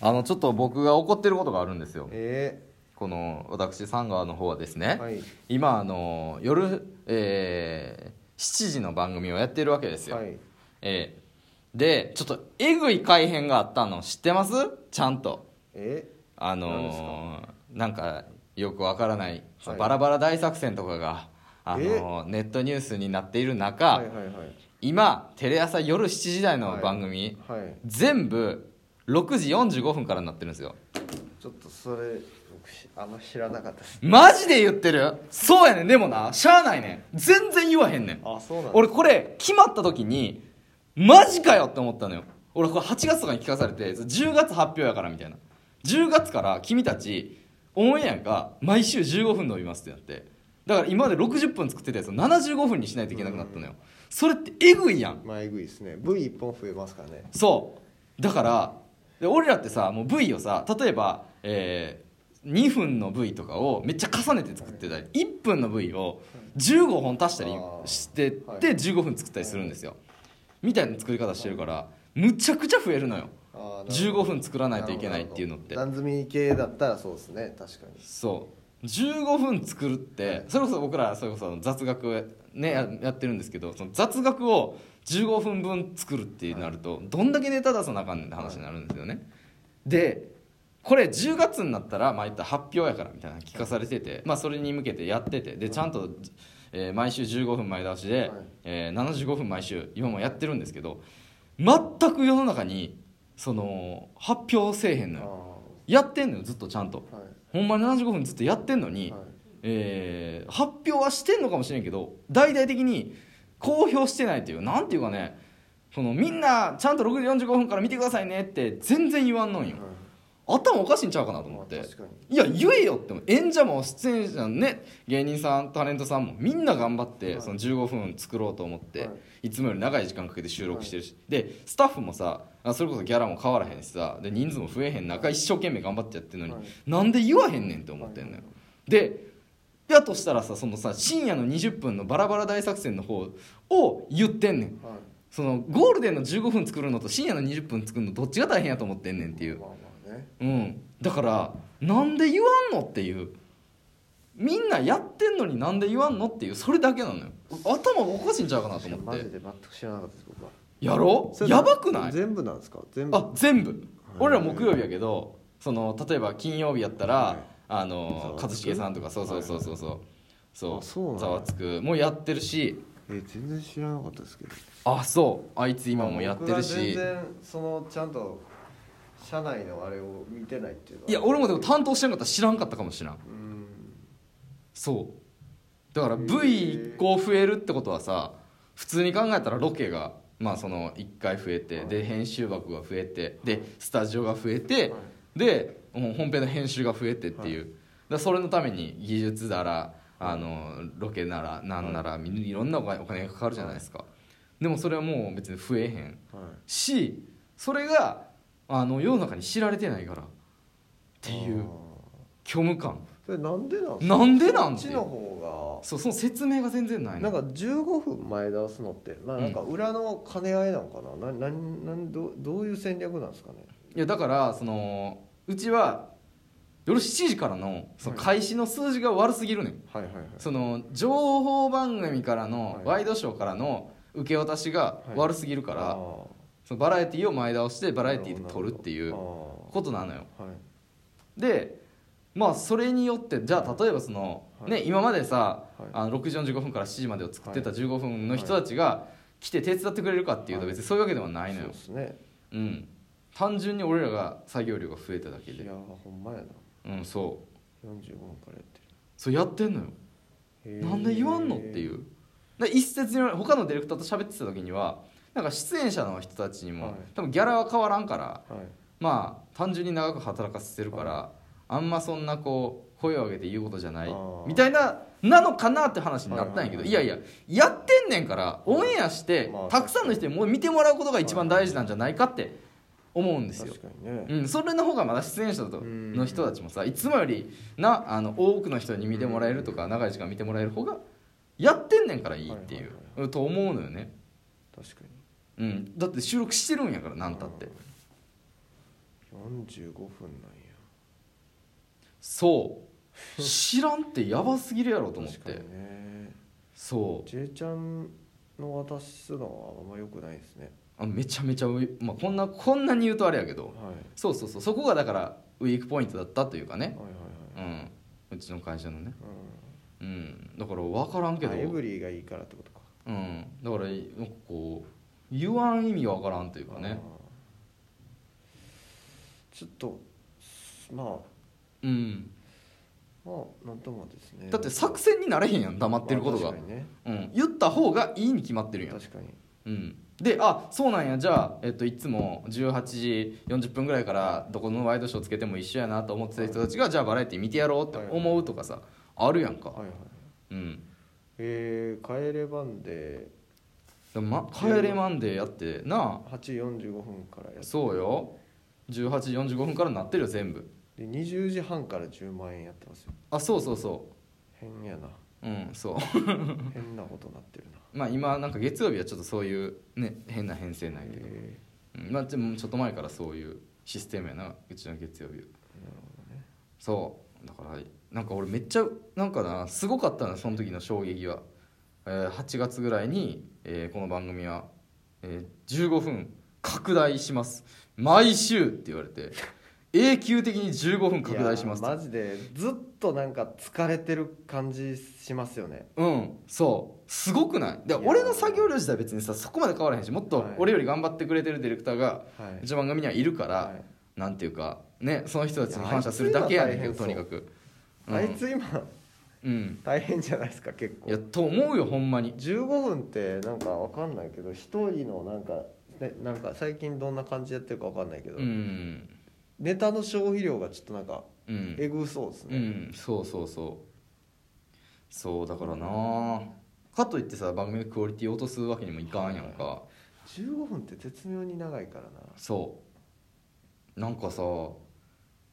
あのちょっと僕が怒ってることがあるんですよえこの私サンガーの方はですね、はい今あの夜、えー7時の番組をやってるわけですえよ、はいえーでちょっとえぐい改編があったの知ってますちゃんとえあのーなんかよくわからない、はいバラバラ大作戦とかが、あのーネットニュースになっている中、はいはいはい今テレ朝夜7時台の番組、はい全部6時45分からになってるんですよちょっとそれ僕しあんま知らなかったですマジで言ってるそうやねんでもなしゃあないねん全然言わへんねんあそうなん俺これ決まった時にマジかよって思ったのよ俺これ8月とかに聞かされて10月発表やからみたいな10月から君たちオンエアが毎週15分伸びますってなってだから今まで60分作ってたやつを75分にしないといけなくなったのよそれってえぐいやんまあえぐいですね V 一本増えますからねそうだからで俺らってさもう V をさ例えば、えー2分の V とかをめっちゃ重ねて作ってたり1分の V を15本足したりあーしてっはいて15分作ったりするんですよみたいな作り方してるからむちゃくちゃ増えるのよあーなるほど15分作らないといけないっていうのってなるほど段積み系だったらそうですね確かにそう15分作るってそれこそ僕らそれこそ雑学ねややってるんですけどその雑学を15分分作るってなるとどんだけネタ出さなあかんねんって話になるんですよねでこれ10月になったらまあ言ったら発表やからみたいなの聞かされててまあそれに向けてやっててでちゃんとえー毎週15分前倒しはいでえー75分毎週今もやってるんですけど全く世の中にその発表せえへんのあよやってんのよずっとちゃんとあはほんまに75分ずっとやってんのに、いはいえー発表はしてんのかもしれんけど大々的に公表してないっていうなんていうかねそのみんなちゃんと6時45分から見てくださいねって全然言わんのんよ頭おかしいんちゃうかなと思って、まあ確かいにや言えよって思う演者も出演者のね芸人さんタレントさんもみんな頑張って、はいその15分作ろうと思って、、はいつもより長い時間かけて収録してるし、でスタッフもさあそれこそギャラも変わらへんしさで人数も増えへん中、はい一生懸命頑張ってやってるのに、はいなんで言わへんねんって思ってんのよ、はいでやとしたらさそのさ深夜の20分のバラバラ大作戦の方を言ってんねんはいそのゴールデンの15分作るのと深夜の20分作るのどっちが大変やと思ってんねんっていうまあまあねうん、だからなんで言わんのっていうみんなやってんのになんで言わんのっていうそれだけなのよ頭おかしいんちゃうかなと思っマジてで全く知らなかったです僕はやろそれやばくない全部なんですか全部あ全部ー俺ら木曜日やけどその例えば金曜日やったら、はいあのざわ一つく茂さんとかそうそうそうそうそう、あそうなそんうやざわつくもやってるしえ全然知らなかったですけどあそうあいつ今もやってるし僕は全然そのちゃんと社内のあれを見てないっていうのはいや俺もでも担当してなかったら知らんかったかもしれんうんそうだからへえ V1 個増えるってことはさ普通に考えたらロケがまあその1回増えて、はいで編集枠が増えてでスタジオが増えて、はでもう本編の編集が増えてっていう、はだからそれのために技術だらあのロケならなんなら、い、ろんなお金お金がかかるじゃないですか、でもそれはもう別に増えへんはしそれがあの世の中に知られてないからっいていうあー虚無感それなんでなんなんでなんこてっちの方そうその説明が全然ないがのなんか15分前倒すのってななんか裏の兼ね合いなのかな、ななんなんどうどういう戦略なんですかねいやだからそのうちは夜7時からのそのはい開始の数字が悪すぎるねん、はいはいはいその情報番組からの、はいワイドショーからの受け渡しが悪すぎるから、あそのバラエティーを前倒してーバラエティーで撮るっていうなるこほとなのよどあーはいでまあそれによってじゃあ例えばその、はいね今までさ、はいあの6時45分から7時までを作ってたは15分の人たちが来て手伝ってくれるかっていうとはい別にそういうわけではないのそうよで、すねうん単純に俺らが作業量が増えただけいでやーほんまやなうんそう45分からやってそうやってんのよるなんで言わんのっていううで一説による他のディレクターと喋ってた時にはなんか出演者の人たちにも、はい多分ギャラは変わらんからはいまあ単純に長く働かせてるから、あんまそんなこう声を上げて言うことじゃないあーみたいななのかなって話になったんやけど、はいいはいはいやいややってんねんからオンエアして、まあたくさんの人にもう見てもらうことが一番大事なんじゃないかって思うんですよ確かにねうん、それの方がまだ出演者とうんの人たちもさいつもよりなあの多くの人に見てもらえるとか長い時間見てもらえる方がやってんねんからいいっていう、はいはいと思うのよね、確かにうん、だって収録してるんやからなんたってうん45分なんそう知らんってやばすぎるやろとや思っ確かにてねそう J ちゃんの渡しすのはあんま良くないですねあめちゃめちゃうい、まあ、こんなこんなに言うとあれやけどはいそうそうそうそこがだからウィークポイントだったというかねはいはいはういんうちの会社のねううんだから分からんけんどあエブリーがいいからってことかうんだからなんかこう言わん意味分からんというかねあーちょっとまあうんまあなんともですねだって作戦になれへんやん黙ってることまあが確かにねうん言った方がいいに決まってるやん確かにうん、であそうなんやじゃあ、えっと、いつも18時40分ぐらいからどこのワイドショーつけても一緒やなと思ってた人たちがじゃあバラエティ見てやろうって思うとかさあるやんか、はいはいうん、えー、帰ればんででもま帰れマンデーやってな8時45分からやあっそうよ18時45分からなってるよ全部で20時半から10万円やってますよあそうそうそ変やなううんそう変なことなってるなまあ今なんか月曜日はちょっとそういうね変な編成ないけど、えうんまあでもちょっと前からそういうシステムやなうちの月曜日はーなるほどねそうだからなんか俺めっちゃなんかなすごかったなその時の衝撃は、えー8月ぐらいに、えーこの番組は、えー15分拡大します毎週って言われて永久的に15分拡大しますいやーマジでずっとなんか疲れてる感じしますよねうんそうすごくないでいやー俺の作業量自体別にさそこまで変わらへんしもっとはい俺より頑張ってくれてるディレクターがはうちの番組にはいるから、はいなんていうかねその人たちにいや感謝するだけやねんけあどいつらと大にか変そうく、うん、あいつ今うん大変じゃないですか結いや構と思うよほんまに15分ってなんかわかんないけど一人のなんかねなんか最近どんな感じやってるかわかんないけど、うんネタの消費量がちょっとなんかうんえぐそうですうね、んそうそうそうそうだからなかといってさ番組のクオリティ落とすわけにもいかんやんか15分って絶妙に長いからなそうなんかさ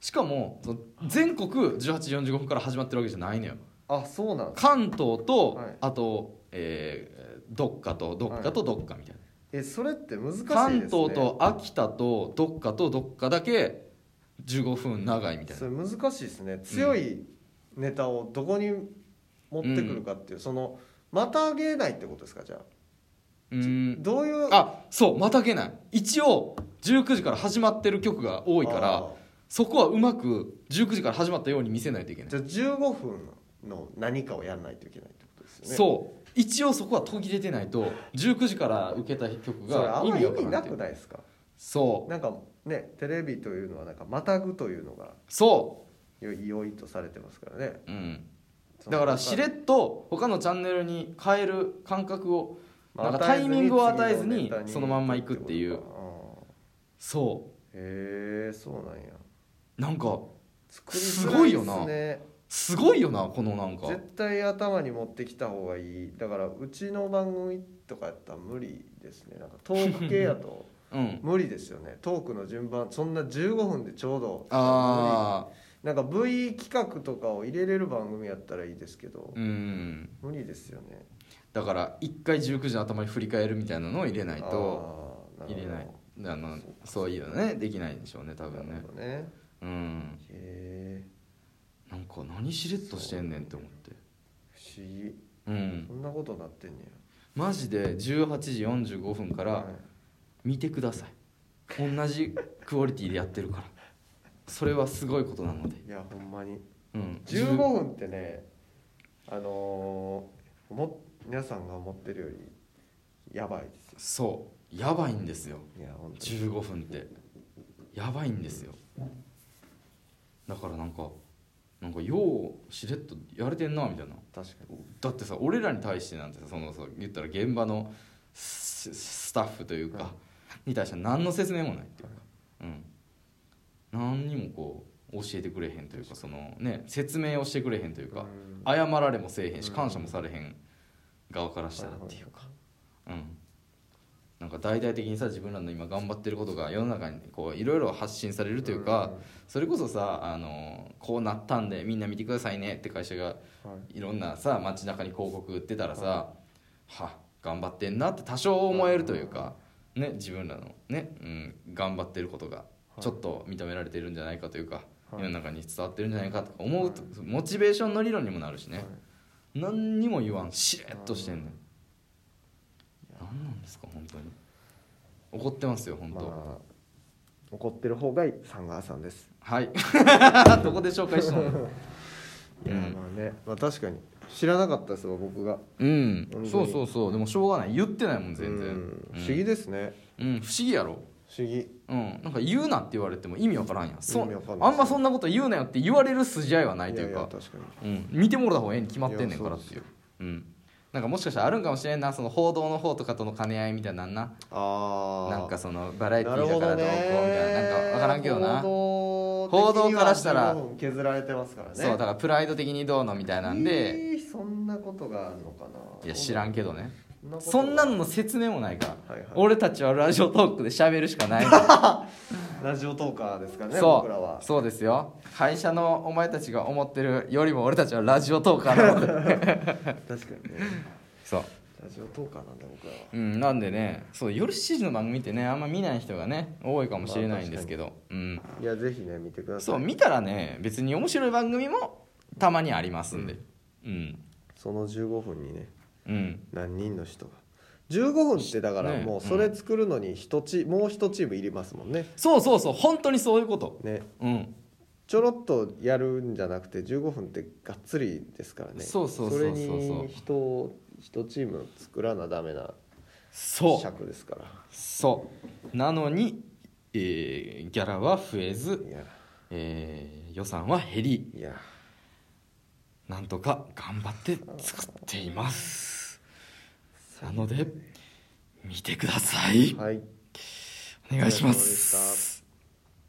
しかもその全国18時45分から始まってるわけじゃないのよあそうなんです関東と、はいあと、えーどっかとどっかとどっかみたいな、えそれって難しいですね関東と秋田とどっかとどっかだけ15分長いみたいそなれ難しいですね強いネタをどこに持ってくるかっていう、そのまたげないってことですかじゃあうんどういうあそうまたげない一応19時から始まってる曲が多いからあそこはうまく19時から始まったように見せないといけーない、じゃあ15分の何かをやらないといけないってことですよねそう一応そこは途切れてないと19時から受けた曲それあがん意ま味意わか味らなないくないですかそうなんかねテレビというのはなんかまたぐというのがそ良い良いとされてますからねう、うん、だからしれっと他のチャンネルに変える感覚をなんかタイミングを与えずにそのまんま行くっていうそへえそうなんやうなんか作りすづごらいいよでなすねすごいよなこのなんか絶対頭に持ってきた方がいいだからうちの番組とかやったら無理ですねなんかトーク系 やとうん無理ですよねトークの順番そんな15分でちょうどああなんか V 企画とかを入れれる番組やったらいいですけどうん無理ですよねだから1回19時の頭に振り返るみたいなのを入れないとあー入れないあのそうかそういうのねできないんでしょうね多なるほど分ねなるほどねうんへえなんか何しれっとしてんねんって思って不思議うんそんなことなってんねマジで18時45分かやら見てください同じクオリティでやってるからそれはすごいことなのでい、いやほんまにうん15分ってねあのーも皆さんが思ってるよりやばいですよそうやばいんですよいや本当に15分ってやばいんですよだからなんかなんかようしれっとやれてんなみたいな確かにだってさ俺らに対してなんてさそのそう言ったら現場のススタッフというか、はに対して何の説明もないっていうか、うん、何にもこう教えてくれへんというかそのね説明をしてくれへんというか、うん謝られもせえへんしうん感謝もされへん側からしたらっていうか、うん、なんか大々的にさ自分らの今頑張ってることが世の中にこういろいろ発信されるというか、それこそさあのこうなったんでみんな見てくださいねって会社がうんはいいろんなさ街中に広告売ってたらさ、は頑張ってんなって多少思えるというか、ね、自分らのね、うん、頑張ってることがいちょっと認められてるんじゃないかというか、はい世の中に伝わってるんじゃないかとか思うと、モチベーションの理論にもなるしね、何にも言わんしれっとしてんねん何なんですか本当に怒ってますよ本当、まあ怒ってる方がいいサンガーさんですはい どこで紹介した のいやうんまあね、まあ、確かに知らなかったですわ僕がうん当にそうそうそうでもしょうがない言ってないもん全然、ううんん、不思議ですねうん不思議やろ不思議うん、なんか言うなって言われても意味わからんやんそ意味わかんないあんまそんなこと言うなよって言われる筋合いはないというややか確かにうん、見てもらった方がええに決まってんねんからっていいうやそううん、なんかもしかしたらあるんかもしれんなその報道の方とかとの兼ね合いみたいなんなああなんかそのバラエティなるーだほかどらどうこうみたいななんかわからんけどな、報報道的道にかはらしたら十分削られてますからねそうだからプライド的にどうのみたいなんで、えーそんなことがあるのかないや知らんけどねどそんなのの説明もないから、はいはい俺たちはラジオトークで喋るしかないのラジオトーカーですからねそ僕らはうそうですよ会社のお前たちが思ってるよりも俺たちはラジオトーカーなので確かにねそう、ラジオトーカーなんだ僕らはうん、なんでねそう夜7時の番組ってねあんま見ない人がね多いかもしれないんですけど、うんいやぜひね見てくださいそう見たらね別に面白い番組もたまにありますんでうんその15分にねうん何人の人が15分ってだからねもうそれ作るのに一チ、もう一チームいりますもんねそうそうそう本当にそういうことねうんちょろっとやるんじゃなくて15分ってがっつりですからねそうそうそうそうそうれに人を一チーム作らなダメなそう尺ですからそうなのに、えーギャラは増えず、いやえー予算は減りいやなんとか頑張って作っていますなので見てください、はいお願いしまお疲れ様でしたす